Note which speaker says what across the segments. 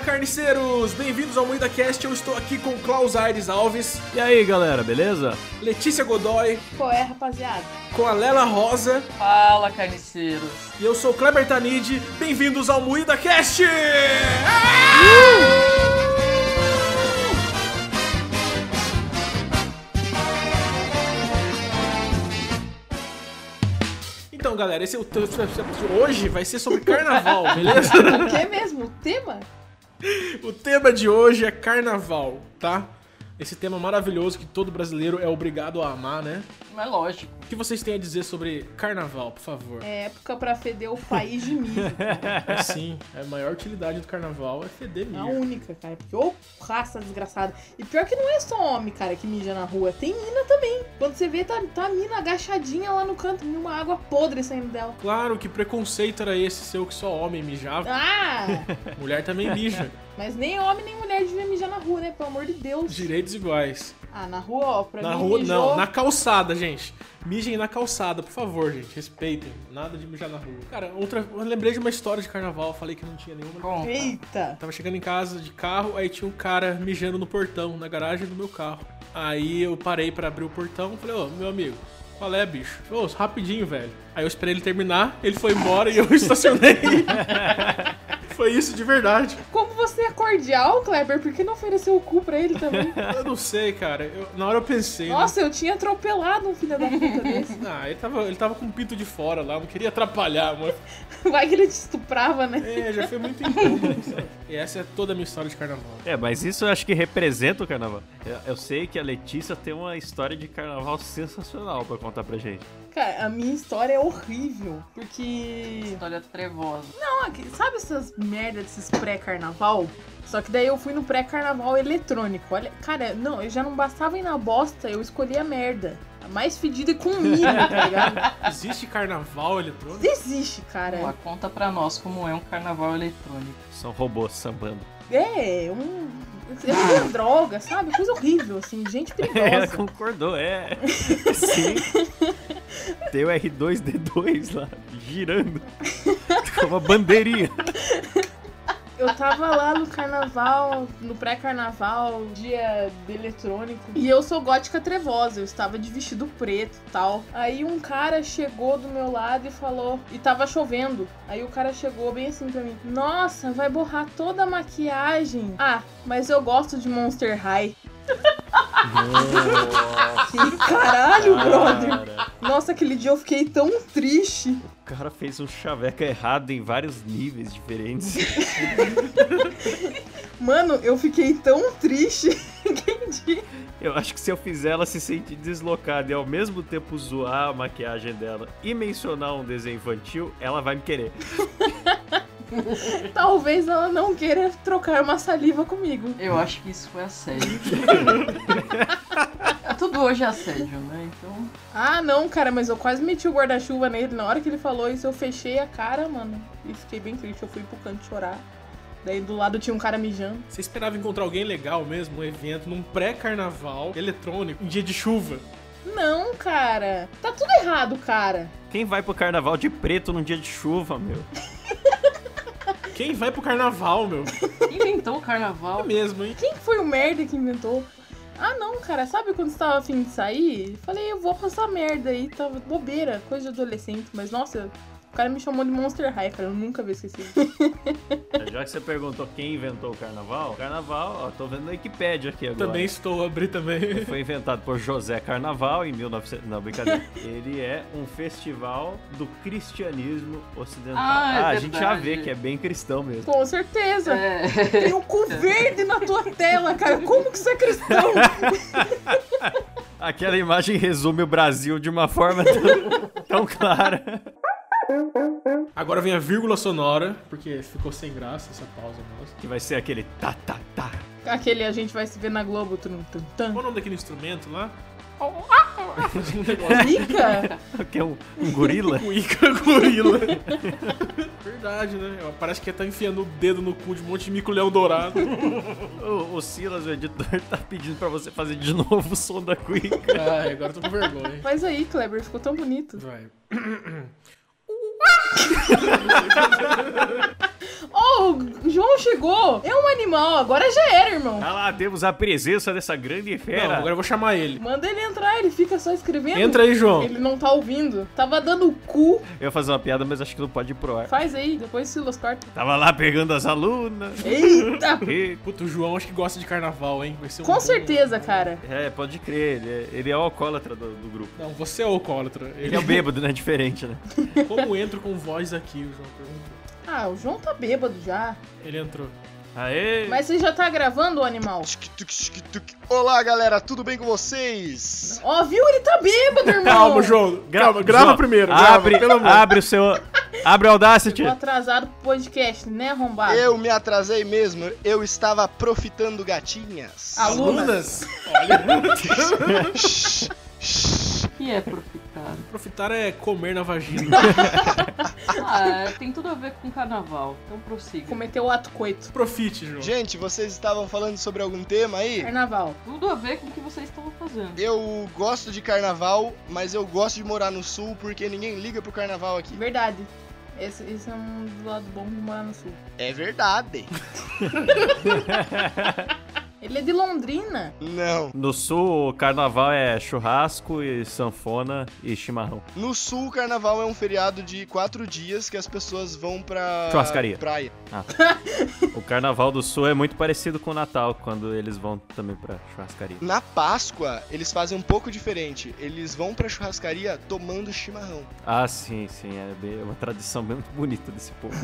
Speaker 1: carniceiros! Bem-vindos ao Moída Cast. Eu estou aqui com Klaus Aires Alves,
Speaker 2: E aí, galera, beleza?
Speaker 1: Letícia Godoy,
Speaker 3: Qual é, rapaziada?
Speaker 1: com a Lela Rosa
Speaker 4: Fala, carniceiros.
Speaker 1: e eu sou o Kleber Tanid. Bem-vindos ao Moída Cast! Então, galera, esse é o hoje vai ser sobre carnaval, beleza?
Speaker 3: O que É mesmo? O tema?
Speaker 1: O tema de hoje é carnaval, tá? Esse tema maravilhoso que todo brasileiro é obrigado a amar, né?
Speaker 4: Mas é lógico.
Speaker 1: O que vocês têm a dizer sobre carnaval, por favor?
Speaker 3: É época pra feder o país de milho.
Speaker 1: É sim, a maior utilidade do carnaval é feder
Speaker 3: A
Speaker 1: milho.
Speaker 3: única, cara. Porque ô raça desgraçada. E pior que não é só homem, cara, que mija na rua. Tem mina também. Quando você vê, tá, tá a mina agachadinha lá no canto, uma água podre saindo dela.
Speaker 1: Claro, que preconceito era esse seu que só homem mijava?
Speaker 3: Ah!
Speaker 1: Mulher também mija.
Speaker 3: Mas nem homem nem mulher devia mijar na rua, né? Pelo amor de Deus.
Speaker 1: Direitos iguais.
Speaker 3: Ah, na rua, ó. Pra
Speaker 1: Na
Speaker 3: mim,
Speaker 1: rua,
Speaker 3: mijou.
Speaker 1: não, na calçada, gente. Mijem na calçada, por favor, gente. Respeitem. Nada de mijar na rua. Cara, outra. Eu lembrei de uma história de carnaval, falei que não tinha nenhuma.
Speaker 4: Bom,
Speaker 3: Eita!
Speaker 1: Tava chegando em casa de carro, aí tinha um cara mijando no portão, na garagem do meu carro. Aí eu parei pra abrir o portão, falei, ô, meu amigo, qual é, bicho? Ô, rapidinho, velho. Aí eu esperei ele terminar, ele foi embora e eu estacionei. foi isso de verdade.
Speaker 3: Como você é cordial, Kleber, por que não ofereceu o cu pra ele também?
Speaker 1: Eu não sei, cara. Eu- na hora eu pensei, né?
Speaker 3: Nossa, eu tinha atropelado um filho da puta desse.
Speaker 1: Ah, ele tava, ele tava com o pinto de fora lá, não queria atrapalhar, mano.
Speaker 3: Vai que ele te estuprava, né?
Speaker 1: É, já foi muito incômodo. sabe? E essa é toda a minha história de carnaval.
Speaker 2: É, mas isso eu acho que representa o carnaval. Eu, eu sei que a Letícia tem uma história de carnaval sensacional pra contar pra gente.
Speaker 3: Cara, a minha história é horrível, porque.
Speaker 4: história trevosa.
Speaker 3: Não, aqui- Ah, sabe essas merda desses pré-carnaval? Só que daí eu fui no pré-carnaval eletrônico. Olha, cara, não, eu já não bastava ir na bosta, eu escolhi a merda. A mais fedida e com milho, tá ligado?
Speaker 1: Existe carnaval eletrônico?
Speaker 3: Desiste,
Speaker 4: Lá,
Speaker 3: cara.
Speaker 4: conta pra nós como é um carnaval eletrônico.
Speaker 2: São robôs sambando.
Speaker 3: É, um. É uma droga, sabe? Coisa horrível, assim, gente
Speaker 2: Ela
Speaker 3: perigosa.
Speaker 2: concordou, é. Sim. Tem o R2D2 lá, girando. Com uma bandeirinha.
Speaker 3: Eu tava lá no carnaval, no pré-carnaval, dia de eletrônico. E eu sou gótica trevosa, eu estava de vestido preto e tal. Aí um cara chegou do meu lado e falou. E tava chovendo. Aí o cara chegou bem assim pra mim: Nossa, vai borrar toda a maquiagem. Ah, mas eu gosto de Monster High. Que caralho, brother!
Speaker 2: Cara,
Speaker 3: Nossa, aquele dia eu fiquei tão triste.
Speaker 2: o cara fez um chaveca errado em vários níveis diferentes.
Speaker 3: Mano, eu fiquei tão triste. Quem dia.
Speaker 2: Eu acho que se eu fizer ela se sentir deslocada e ao mesmo tempo zoar a maquiagem dela e mencionar um desenho infantil, ela vai me querer.
Speaker 3: Talvez ela não queira trocar uma saliva comigo.
Speaker 4: Eu acho que isso foi assédio. É, Tudo hoje é assédio, né? Então,
Speaker 3: Ah, não, cara, mas eu quase meti o guarda-chuva nele. Na hora que ele falou isso, eu fechei a cara, mano. E fiquei bem triste. Eu fui pro canto chorar. Daí do lado tinha um cara mijando.
Speaker 1: Você esperava encontrar alguém legal mesmo, um evento, num pré-carnaval eletrônico, um dia de chuva.
Speaker 3: Não, cara. Tá tudo errado, cara.
Speaker 2: Quem vai pro carnaval de preto num dia de chuva, meu?
Speaker 1: Quem vai pro carnaval, meu?
Speaker 4: inventou o
Speaker 1: É
Speaker 4: carnaval.
Speaker 1: mesmo, hein?
Speaker 3: Quem que foi o merda que inventou? Ah, não, cara. Sabe quando você tava afim de sair? Falei, eu vou pra essa merda aí. Tava bobeira, coisa de adolescente. Mas, nossa, o cara me chamou de Monster High, cara. Eu nunca vou esquecer.
Speaker 2: Já que você perguntou quem inventou o carnaval, carnaval, ó, tô vendo na Wikipédia aqui agora.
Speaker 1: Também estou, abri também.
Speaker 2: Foi inventado por José Carnaval em 1900. Não, brincadeira. Ele é um festival do cristianismo ocidental.
Speaker 4: Ah, é
Speaker 2: a gente já
Speaker 4: verdade.
Speaker 2: vê que é bem cristão mesmo.
Speaker 3: Com certeza.
Speaker 4: É.
Speaker 3: Tem um cu verde na tua tela, cara. Como que você é cristão?
Speaker 2: Aquela imagem resume o Brasil de uma forma tão, tão clara.
Speaker 1: Agora vem a vírgula sonora, porque ficou sem graça essa pausa nossa.
Speaker 2: Que vai ser aquele tá, tá, tá.
Speaker 3: Aquele a gente vai se ver na Globo. Tum, tum,
Speaker 1: Qual
Speaker 3: tum.
Speaker 1: o nome daquele instrumento lá?
Speaker 3: Mica?
Speaker 2: Que é um, um gorila.
Speaker 1: Cuíca gorila. Verdade, né? Parece que tá enfiando o dedo no cu de um monte de mico-leão dourado.
Speaker 2: O, o Silas, o editor, tá pedindo pra você fazer de novo o som da cuica.
Speaker 1: Ai, agora eu tô com vergonha. hein?
Speaker 3: Mas aí, Kleber, ficou tão bonito.
Speaker 1: Vai.
Speaker 3: Oh, o João chegou. É um animal, agora já era, irmão.
Speaker 2: Ah lá, temos a presença dessa grande fera.
Speaker 1: Não, agora eu vou chamar ele.
Speaker 3: Manda ele entrar, ele fica só escrevendo.
Speaker 1: Entra aí, João.
Speaker 3: Ele não tá ouvindo. Tava dando o cu.
Speaker 2: Eu ia fazer uma piada, mas acho que não pode ir pro ar.
Speaker 3: Faz aí, depois Silas corta.
Speaker 2: Tava lá pegando as alunas.
Speaker 3: Eita!
Speaker 2: E-
Speaker 1: Puta, o João acho que gosta de carnaval, hein? Vai ser um
Speaker 3: Com
Speaker 1: bom-
Speaker 3: certeza, cara.
Speaker 2: É, pode crer, ele é, ele é o alcoólatra do, do grupo.
Speaker 1: Não, você é o alcoólatra.
Speaker 2: Ele é o bêbado, né? Diferente, né?
Speaker 1: Como entro com voz aqui, o João perguntou.
Speaker 3: Ah, o João tá bêbado já.
Speaker 1: Ele entrou.
Speaker 2: Aê!
Speaker 3: Mas você já tá gravando o animal?
Speaker 5: Olá, galera, tudo bem com vocês?
Speaker 3: Ó, viu? Ele tá bêbado, irmão.
Speaker 1: Calma, João.
Speaker 2: Gra-
Speaker 1: Calma, grava
Speaker 2: João,
Speaker 1: primeiro. grava,
Speaker 2: Abre,
Speaker 1: pelo amor.
Speaker 2: abre o seu. Abre o Audacity.
Speaker 3: Tô atrasado pro podcast, né, arrombado?
Speaker 5: Eu me atrasei mesmo, eu estava profitando gatinhas.
Speaker 1: Ah,
Speaker 3: Alô?
Speaker 1: Alunas. Olha.
Speaker 4: O que é profitar?
Speaker 1: Profitar é comer na vagina.
Speaker 4: Ah, é, tem tudo a ver com carnaval. Então prossiga.
Speaker 3: Cometeu o ato coito.
Speaker 1: Profite, João.
Speaker 5: Gente, vocês estavam falando sobre algum tema aí?
Speaker 3: Carnaval.
Speaker 4: Tudo a ver com o que vocês estavam fazendo.
Speaker 5: Eu gosto de carnaval, mas eu gosto de morar no sul porque ninguém liga pro carnaval aqui.
Speaker 3: Verdade. Esse, esse é um do lado bom de morar no sul.
Speaker 5: É verdade.
Speaker 3: Ele é de Londrina.
Speaker 5: Não.
Speaker 2: No sul, o carnaval é churrasco e sanfona e chimarrão.
Speaker 5: No sul, o carnaval é um feriado de quatro dias que as pessoas vão pra
Speaker 2: Churrascaria.
Speaker 5: praia.
Speaker 2: O carnaval do sul é muito parecido com o Natal, quando eles vão também pra churrascaria.
Speaker 5: Na Páscoa, eles fazem um pouco diferente. Eles vão pra churrascaria tomando chimarrão.
Speaker 2: Ah, sim, sim, é bem- é uma tradição bem muito bonita desse povo.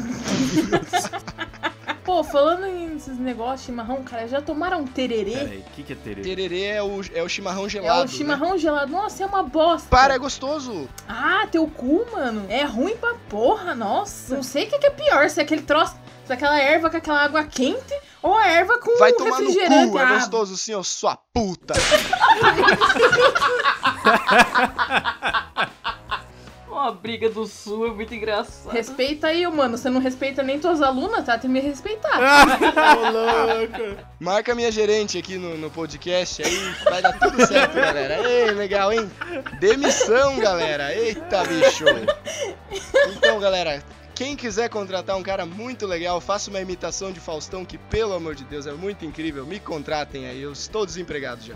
Speaker 3: Pô, falando nesses negócios, chimarrão, cara, já tomaram um tererê?
Speaker 2: Peraí, o que, que é tererê?
Speaker 5: Tererê é o, é o chimarrão
Speaker 3: É
Speaker 5: gelado.
Speaker 3: o
Speaker 5: né?
Speaker 3: chimarrão gelado. Nossa, é uma bosta.
Speaker 5: Para, é gostoso.
Speaker 3: Ah, teu cu, mano. É ruim pra porra, nossa. Não sei o que que é pior, se é aquele troço, se é aquela erva com aquela água quente ou a erva com
Speaker 5: Vai tomar no
Speaker 3: refrigerante.
Speaker 5: cu, é
Speaker 3: Ah,
Speaker 5: gostoso sim, ô sua puta.
Speaker 4: Uma briga do sul é muito engraçada.
Speaker 3: Respeita aí, mano. Você não respeita nem tuas alunas, tá? Tem que me respeitar.
Speaker 1: Ô, louco.
Speaker 5: Marca minha gerente aqui no, no podcast aí, vai dar tudo certo, galera. Ei, legal, hein? Demissão, galera. Eita, bicho. Então, galera, quem quiser contratar um cara muito legal, faça uma imitação de Faustão que, pelo amor de Deus, é muito incrível. Me contratem aí, eu estou desempregado já.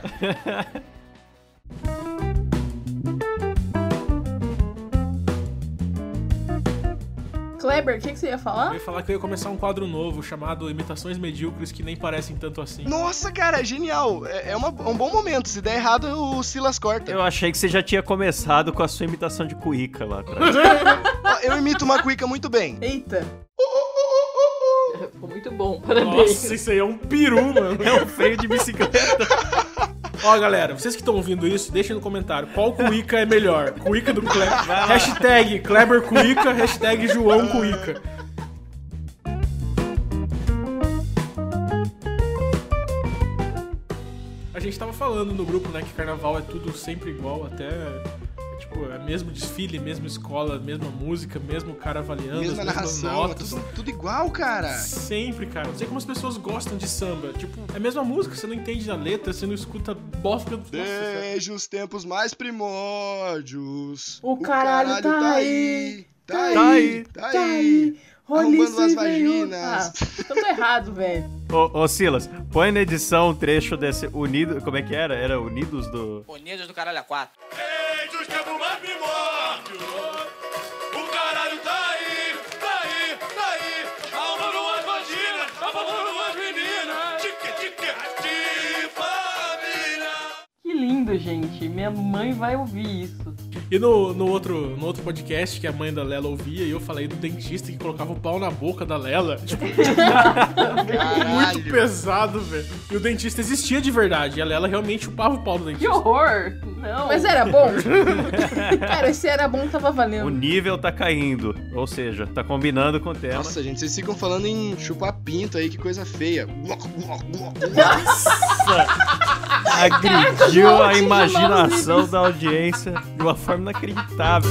Speaker 5: Ah.
Speaker 3: Kleber, o que, que você ia
Speaker 1: Eu
Speaker 3: falar?
Speaker 1: ia falar que eu ia começar um quadro novo chamado Imitações Medíocres que nem parecem tanto assim.
Speaker 5: Nossa, cara, genial. É, é uma- é um bom momento. Se der errado, o Silas corta.
Speaker 2: Eu achei que você já tinha começado com a sua imitação de cuíca lá atrás.
Speaker 5: Ó, eu imito uma cuica muito bem.
Speaker 3: Eita.
Speaker 4: Ficou muito bom, parabéns.
Speaker 1: Nossa, isso aí é um peru, mano.
Speaker 2: É um freio de bicicleta.
Speaker 1: Ó, galera, vocês que estão ouvindo isso, deixem no comentário qual cuíca é melhor. Cuíca do Kleber. Hashtag Kleber Cuíca, hashtag João Cuíca. A gente tava falando no grupo, né, que carnaval é tudo sempre igual, até. Tipo, é mesmo desfile, mesma escola, mesma música, mesmo cara avaliando, as
Speaker 5: Mesma
Speaker 1: mesmas
Speaker 5: narração, é
Speaker 1: notas.
Speaker 5: tudo, tudo igual, cara.
Speaker 1: Sempre, cara. Não sei como as pessoas gostam de samba. Tipo, é a mesma música, você não entende da letra, você não escuta bosta. Nossa, cara.
Speaker 5: Desde os tempos mais primórdios.
Speaker 3: O caralho tá aí,
Speaker 5: Tá
Speaker 3: tá
Speaker 5: aí, tá
Speaker 3: Tá aí.
Speaker 5: aí.
Speaker 3: Olha
Speaker 5: Arrombando
Speaker 3: isso aí,
Speaker 5: as
Speaker 3: velho. Ah,
Speaker 5: vaginas.
Speaker 3: então tá errado, velho.
Speaker 2: ô, ô, Silas, põe na edição um trecho desse Unido. Como é que era? Era Unidos do.
Speaker 6: Unidos do Caralho a 4.
Speaker 7: Desde os tempos mais primórdios O caralho tá aí, tá aí, tá aí Almando as vaginas, almando as meninas Tique, tique, de família
Speaker 4: Que lindo, gente. Minha mãe vai ouvir isso.
Speaker 1: E no, no, outro, no outro podcast que a mãe da Lela ouvia, e eu falei do dentista que colocava o pau na boca da Lela. Tipo, muito
Speaker 5: Caralho.
Speaker 1: pesado, velho. E o dentista existia de verdade. E a Lela realmente chupava o pau do
Speaker 4: Que
Speaker 1: dentista.
Speaker 4: horror! Não.
Speaker 3: Mas era bom? cara, esse era bom, tava
Speaker 2: O
Speaker 3: valendo.
Speaker 2: nível tá caindo. Ou seja, tá combinando com o tema.
Speaker 5: Nossa, gente, vocês ficam falando em chupar pinto aí, que coisa feia. Bloc, bloc, bloc, bloc.
Speaker 2: Agrediu a
Speaker 3: Caraca,
Speaker 2: imaginação da audiência de uma forma inacreditável.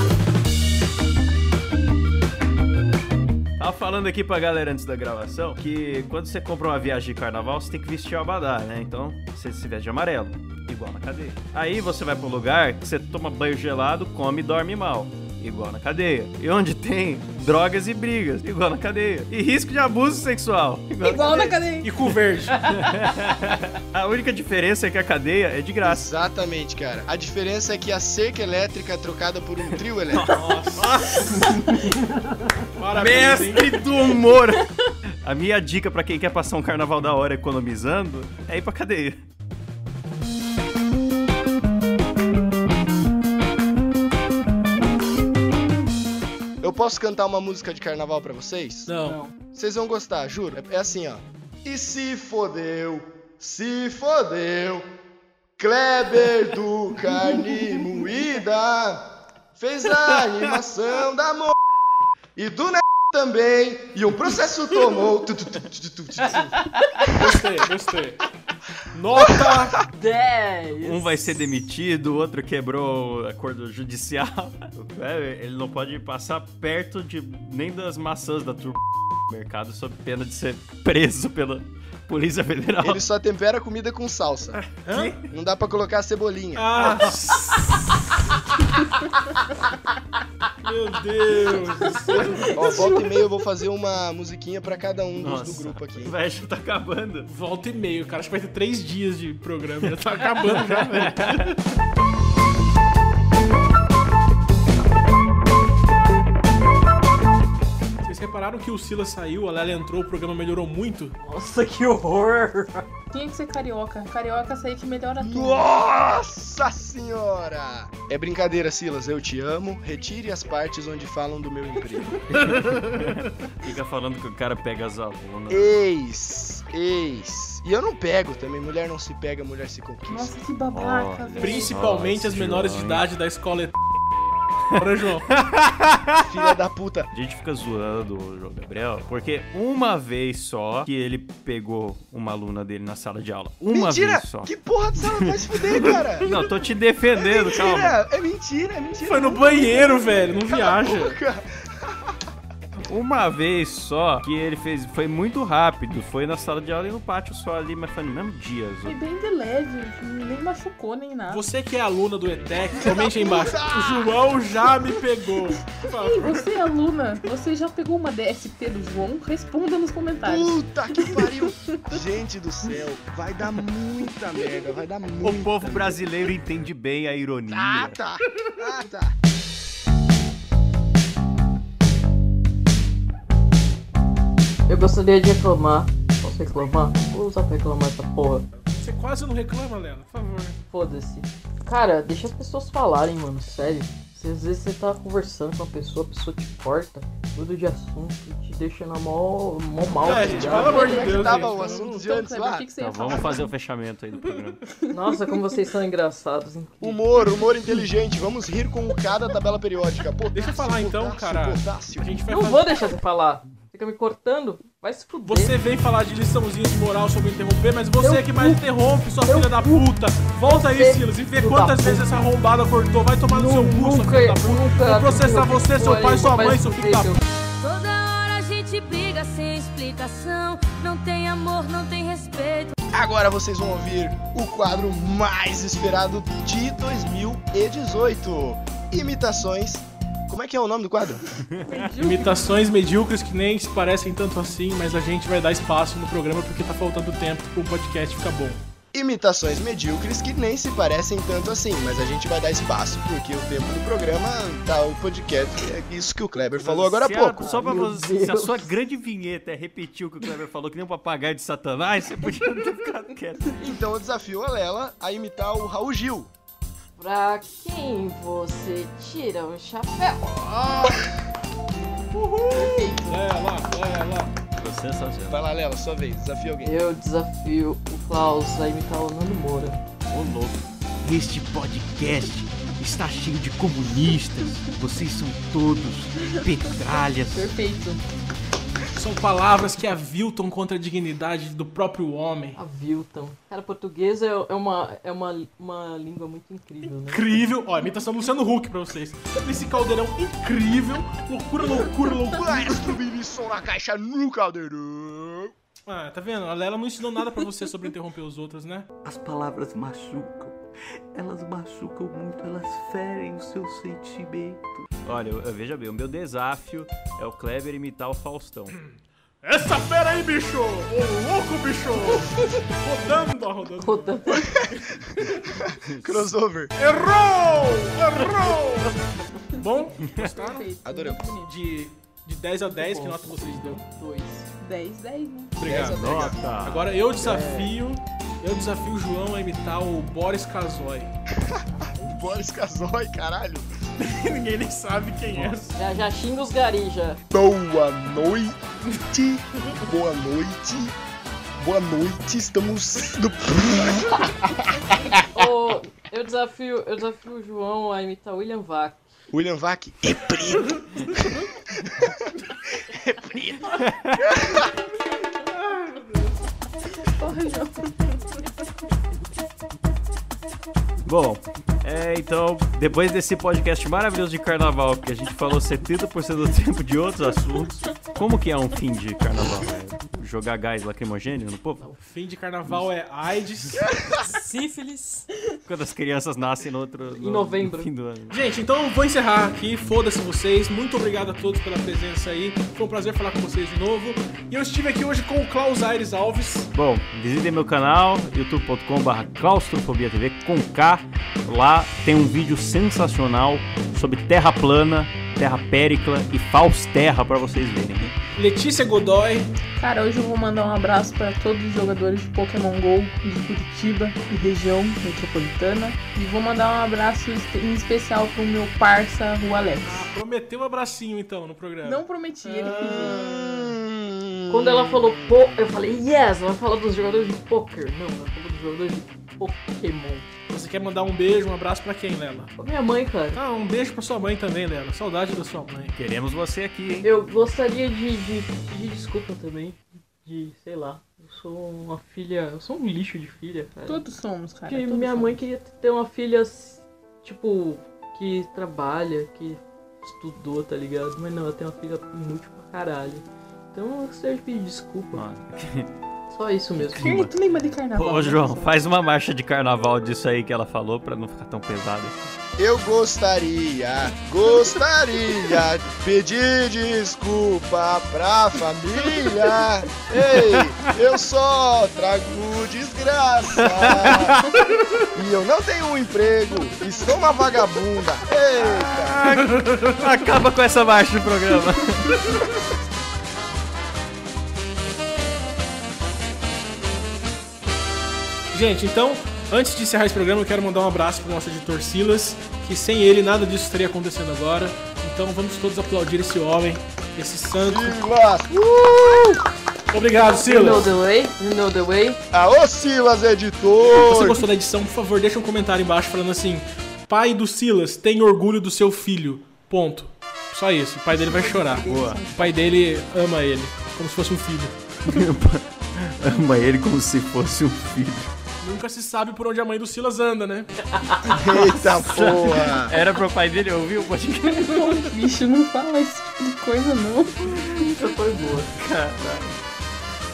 Speaker 2: Tava falando aqui pra galera antes da gravação que quando você compra uma viagem de carnaval, você tem que vestir o abadá, né? Então você se veste de um amarelo, igual na cadeia. Aí você vai pro lugar que você toma banho gelado, come e dorme mal. igual na cadeia. E onde tem drogas e brigas, igual na cadeia. E risco de abuso sexual, igual,
Speaker 3: Igual
Speaker 2: na
Speaker 3: na
Speaker 2: cadeia.
Speaker 3: cadeia.
Speaker 1: E com verde.
Speaker 2: A única diferença é que a cadeia é de graça.
Speaker 5: Exatamente, cara. A diferença é que a cerca elétrica é trocada por um trio elétrico.
Speaker 1: Parabéns, hein?
Speaker 2: Mestre do humor! A minha dica pra quem quer passar um carnaval da hora economizando é ir pra cadeia.
Speaker 5: Eu posso cantar uma música de carnaval pra vocês?
Speaker 1: Não.
Speaker 5: Vocês vão gostar, juro. É é assim, ó. E se fodeu, se fodeu, Kleber do carne moída fez a animação da mo... E do n... também, e um processo tomou... Tu, tu, tu, tu, tu, tu, tu.
Speaker 1: Gostei, gostei. Nota!
Speaker 4: 10.
Speaker 2: Um vai ser demitido, o outro quebrou o acordo judicial. É, Ele não pode passar perto de nem das maçãs da turma do mercado sob pena de ser preso pela Polícia Federal.
Speaker 5: Ele só tempera a comida com salsa. Não dá pra colocar cebolinha.
Speaker 1: Ah. Meu Deus do céu.
Speaker 5: Ó, volta e meia eu vou fazer uma musiquinha pra cada um dos do
Speaker 2: Nossa,
Speaker 5: grupo aqui. hein?
Speaker 2: Vai, já tá acabando.
Speaker 1: Volta e meio, cara. Acho que vai ter três dias de programa. Já tá acabando já, né? velho. Vocês repararam que o Sila saiu, a Lela entrou, o programa melhorou muito?
Speaker 4: Nossa, que horror.
Speaker 3: Tinha que ser carioca. Carioca sair que melhora tudo.
Speaker 5: Nossa senhora! É brincadeira, Silas, eu te amo. Retire as partes onde falam do meu emprego.
Speaker 2: Fica falando que o cara pega as alunas.
Speaker 5: Ex, ex. E eu não pego também, mulher não se pega, mulher se conquista.
Speaker 3: Nossa, que babaca,
Speaker 2: Olha.
Speaker 3: velho.
Speaker 1: Principalmente as
Speaker 2: Nossa,
Speaker 1: menores de
Speaker 2: João, hein?
Speaker 1: idade da escola et... Bora, João.
Speaker 5: Filha da puta.
Speaker 2: A gente fica zoando o João Gabriel, porque uma vez só que ele pegou uma aluna dele na sala de aula. Uma
Speaker 5: mentira!
Speaker 2: vez só.
Speaker 5: Que porra de sala vai se fuder, cara?
Speaker 2: Não, tô te defendendo, calma.
Speaker 5: Mentira, é mentira, é mentira.
Speaker 1: Foi no banheiro, velho. Não viaja.
Speaker 5: Porra.
Speaker 2: Uma vez só que ele fez. Foi muito rápido. Foi na sala de aula e no pátio só ali, mas foi no mesmo dia.
Speaker 3: Foi
Speaker 2: Zo.
Speaker 3: bem de leve. Nem machucou, nem nada.
Speaker 1: Você que é aluna do ETEC, comente aí embaixo. O João já me pegou.
Speaker 3: Ei, você, aluna, você já pegou uma DST do João? Responda nos comentários.
Speaker 5: Puta que pariu. Gente do céu, vai dar muita merda, vai dar muita
Speaker 2: O povo brasileiro entende bem a ironia.
Speaker 5: Ah, tá. Ah, tá.
Speaker 4: Eu gostaria de reclamar. Posso reclamar? Vou usar pra reclamar essa porra.
Speaker 1: Você quase não reclama, Lela. Por favor.
Speaker 4: Foda-se. Cara, deixa as pessoas falarem, mano. Sério. Se às vezes você tá conversando com uma pessoa, a pessoa te corta, muda de assunto e te deixa na mó, mó mal.
Speaker 1: É,
Speaker 4: tá
Speaker 1: gente,
Speaker 4: ligado?
Speaker 1: pelo amor de
Speaker 5: Como é que
Speaker 1: Deus,
Speaker 5: tava
Speaker 1: gente.
Speaker 5: o assunto de
Speaker 3: Então,
Speaker 5: antes
Speaker 3: Kleber, o
Speaker 5: lá?
Speaker 3: que, que você
Speaker 2: Tá,
Speaker 3: ia
Speaker 2: vamos
Speaker 3: falar?
Speaker 2: fazer o fechamento aí do programa.
Speaker 4: Nossa, como vocês são engraçados. hein?
Speaker 5: Humor, humor inteligente. Vamos rir com o K da tabela periódica. Potássio,
Speaker 1: Deixa eu falar então,
Speaker 5: potássio,
Speaker 1: cara.
Speaker 5: potássio.
Speaker 1: A gente vai
Speaker 4: Não
Speaker 1: fazer-
Speaker 4: vou deixar você falar. Fica me cortando? Vai se fuder.
Speaker 1: Você vem falar de liçãozinha de moral sobre interromper, mas você é que mais interrompe, sua
Speaker 4: Eu
Speaker 1: filha da puta. Volta aí,
Speaker 4: Você,
Speaker 1: Silas, e vê
Speaker 4: filho da
Speaker 1: quantas
Speaker 4: puta.
Speaker 1: vezes essa arrombada cortou. Vai tomar no seu cu, sua
Speaker 4: nunca,
Speaker 1: filha da puta.
Speaker 4: nunca.
Speaker 1: Vou processar você, seu
Speaker 4: Olha,
Speaker 1: pai, sua
Speaker 4: vai
Speaker 1: mãe,
Speaker 4: se
Speaker 1: seu
Speaker 4: fuder,
Speaker 1: filho da
Speaker 4: seu-
Speaker 6: Toda hora a gente briga sem explicação. Não tem amor, não tem respeito.
Speaker 5: Agora vocês vão ouvir o quadro mais esperado de 2018. Imitações. Como é que é o nome do quadro?
Speaker 1: Imitações medíocres que nem se parecem tanto assim, mas a gente vai dar espaço no programa porque tá faltando tempo pro podcast ficar bom.
Speaker 5: Imitações medíocres que nem se parecem tanto assim, mas a gente vai dar espaço porque o tempo do programa tá o podcast. É isso que o Kleber falou agora há
Speaker 2: Se a-
Speaker 5: pouco.
Speaker 2: Só pra
Speaker 4: Meu
Speaker 2: você, se a
Speaker 4: Deus.
Speaker 2: sua grande vinheta é repetir o que o Kleber falou, que nem um papagaio de satanás, você podia ter ficado quieto.
Speaker 5: Então eu desafio a Lela a imitar o Raul Gil.
Speaker 8: Pra quem você tira o chapéu?
Speaker 1: Lela, Lela.
Speaker 2: Sensacional.
Speaker 5: Vai lá, Lela, sua vez, desafia alguém.
Speaker 8: Eu desafio o Klaus a imitar o Nando Moura.
Speaker 2: Ô louco, este podcast está cheio de comunistas. Vocês são todos petralhas.
Speaker 3: Perfeito.
Speaker 1: São palavras que aviltam contra a dignidade do próprio homem.
Speaker 8: A Vilton. Cara, português é, é uma, é uma, uma língua muito incrível, né?
Speaker 1: Incrível. Ó, imitação do Luciano Huck pra vocês. Esse caldeirão incrível. Loucura, loucura, loucura.
Speaker 5: Maestro Bilisson na caixa no caldeirão.
Speaker 1: Ah, tá vendo? A Lela não ensinou nada pra você sobre interromper os outros, né?
Speaker 9: As palavras machucam, Elas machucam muito, elas ferem o seu sentimento.
Speaker 2: Olha, eu- eu- veja bem, o meu desafio é o Kleber imitar o Faustão.
Speaker 1: Essa fera aí, bicho! Ô, louco, bicho! Rodando, ó, rodando.
Speaker 8: Rodando.
Speaker 5: Crossover.
Speaker 1: Errou! Errou! Bom, gostaram?
Speaker 3: Perfeito.
Speaker 5: Adorei.
Speaker 3: Muito bonito.
Speaker 1: De, de 10 a 10, que nota vocês deu?
Speaker 8: Dois.
Speaker 3: 10, 10, né?
Speaker 1: Obrigado.
Speaker 2: Nota!
Speaker 1: Agora eu desafio. Eu desafio o João a imitar o Boris Casoy.
Speaker 5: Boris Casoy, caralho.
Speaker 1: Ninguém nem sabe quem é.
Speaker 8: Já, já xinga os garis, já.
Speaker 5: Boa noite. Boa noite. Boa noite, estamos no...
Speaker 8: Ô, eu desafio, eu desafio o João a imitar o William Vac.
Speaker 5: William Vac. É preto. é preto.
Speaker 2: Bom, é, então, depois desse podcast maravilhoso de carnaval, que a gente falou 70% do tempo de outros assuntos, como que é um fim de carnaval? É jogar gás lacrimogêneo no povo?
Speaker 1: Fim de carnaval é AIDS.
Speaker 8: Sífilis.
Speaker 2: Quando as crianças nascem no outro... no-
Speaker 8: Em novembro.
Speaker 2: No fim do ano.
Speaker 1: Gente, então eu vou encerrar aqui. Foda-se vocês. Muito obrigado a todos pela presença aí. Foi um prazer falar com vocês de novo. E eu estive aqui hoje com o Klaus Aires Alves.
Speaker 2: Bom, visitem meu canal, youtube.com.br claustrofobia TV com K. Lá tem um vídeo sensacional sobre terra plana, terra péricla e falsterra pra vocês verem.
Speaker 1: Letícia Godoy.
Speaker 3: Cara, hoje eu vou mandar um abraço pra todos os jogadores de Pokémon GO de Curitiba e região metropolitana. E vou mandar um abraço este- em especial pro meu parça, o Alex.
Speaker 1: Prometeu um abracinho então no programa.
Speaker 3: Não prometi, ele pediu.
Speaker 8: Quando ela falou pô, eu falei, yes, ela fala dos jogadores de poker. Não, ela falou dos jogadores de Pokémon.
Speaker 1: Você quer mandar um beijo, um abraço pra quem, Lela?
Speaker 8: Ô, Minha mãe, cara.
Speaker 1: Ah, um beijo pra sua mãe também, Lela. Saudade da sua mãe.
Speaker 2: Queremos você aqui, hein?
Speaker 8: Eu gostaria de, de pedir desculpa também. De, sei lá, eu sou uma filha. Eu sou um lixo de filha, cara.
Speaker 3: Todos somos, cara.
Speaker 8: Porque
Speaker 3: todos
Speaker 8: minha
Speaker 3: somos.
Speaker 8: mãe queria ter uma filha, tipo, que trabalha, que estudou, tá ligado? Mas não, ela tem uma filha inútil pra caralho. Então eu gostaria de pedir desculpa.
Speaker 2: Mano.
Speaker 8: Só isso mesmo.
Speaker 3: Quem tu lembra de carnaval?
Speaker 2: Ô,
Speaker 3: né,
Speaker 2: João,
Speaker 3: pessoal?
Speaker 2: faz uma marcha de carnaval disso aí que ela falou pra não ficar tão pesado. assim.
Speaker 5: Eu gostaria, gostaria de pedir desculpa pra família. Ei, eu só trago desgraça. E eu não tenho um emprego e sou uma vagabunda. Eita.
Speaker 2: Acaba com essa marcha do programa.
Speaker 1: Gente, então, antes de encerrar esse programa, eu quero mandar um abraço pro nosso editor Silas, que sem ele nada disso estaria acontecendo agora. Então vamos todos aplaudir esse homem, esse santo.
Speaker 5: Silas!
Speaker 1: Obrigado,
Speaker 8: You know
Speaker 1: Silas!
Speaker 8: the way, you know the way.
Speaker 5: Aô, ah,
Speaker 1: Se
Speaker 5: Silas,
Speaker 1: você
Speaker 5: editor!
Speaker 1: gostou da edição, por favor, deixa um comentário embaixo falando assim: Pai do Silas, tem orgulho do seu filho. Ponto. Só isso. O pai dele vai chorar.
Speaker 2: Boa.
Speaker 1: O pai dele ama ele, como se fosse um filho.
Speaker 2: Ama ele como se fosse um filho.
Speaker 1: Nunca se sabe por onde a mãe do Silas anda, né?
Speaker 5: Eita porra!
Speaker 2: Era pro pai dele ouvir o podcast.
Speaker 3: Bicho, não fala esse tipo de coisa, não.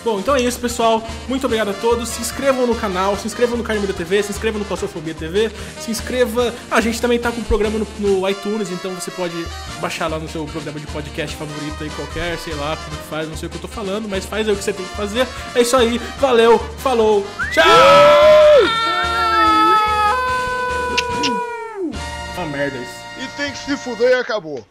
Speaker 1: Bom, então é isso, pessoal. Muito obrigado a todos. Se inscrevam no canal, se inscrevam no Carmira TV, se inscrevam no Claustrofobia TV, se inscreva. A gente também tá com um programa no, no iTunes, então você pode baixar lá no seu programa de podcast favorito aí qualquer, sei lá, como que faz, não sei o que eu tô falando, mas faz aí o que você tem que fazer. É isso aí. Valeu, falou, tchau! Uma merda isso.
Speaker 5: E tem que se fuder e acabou.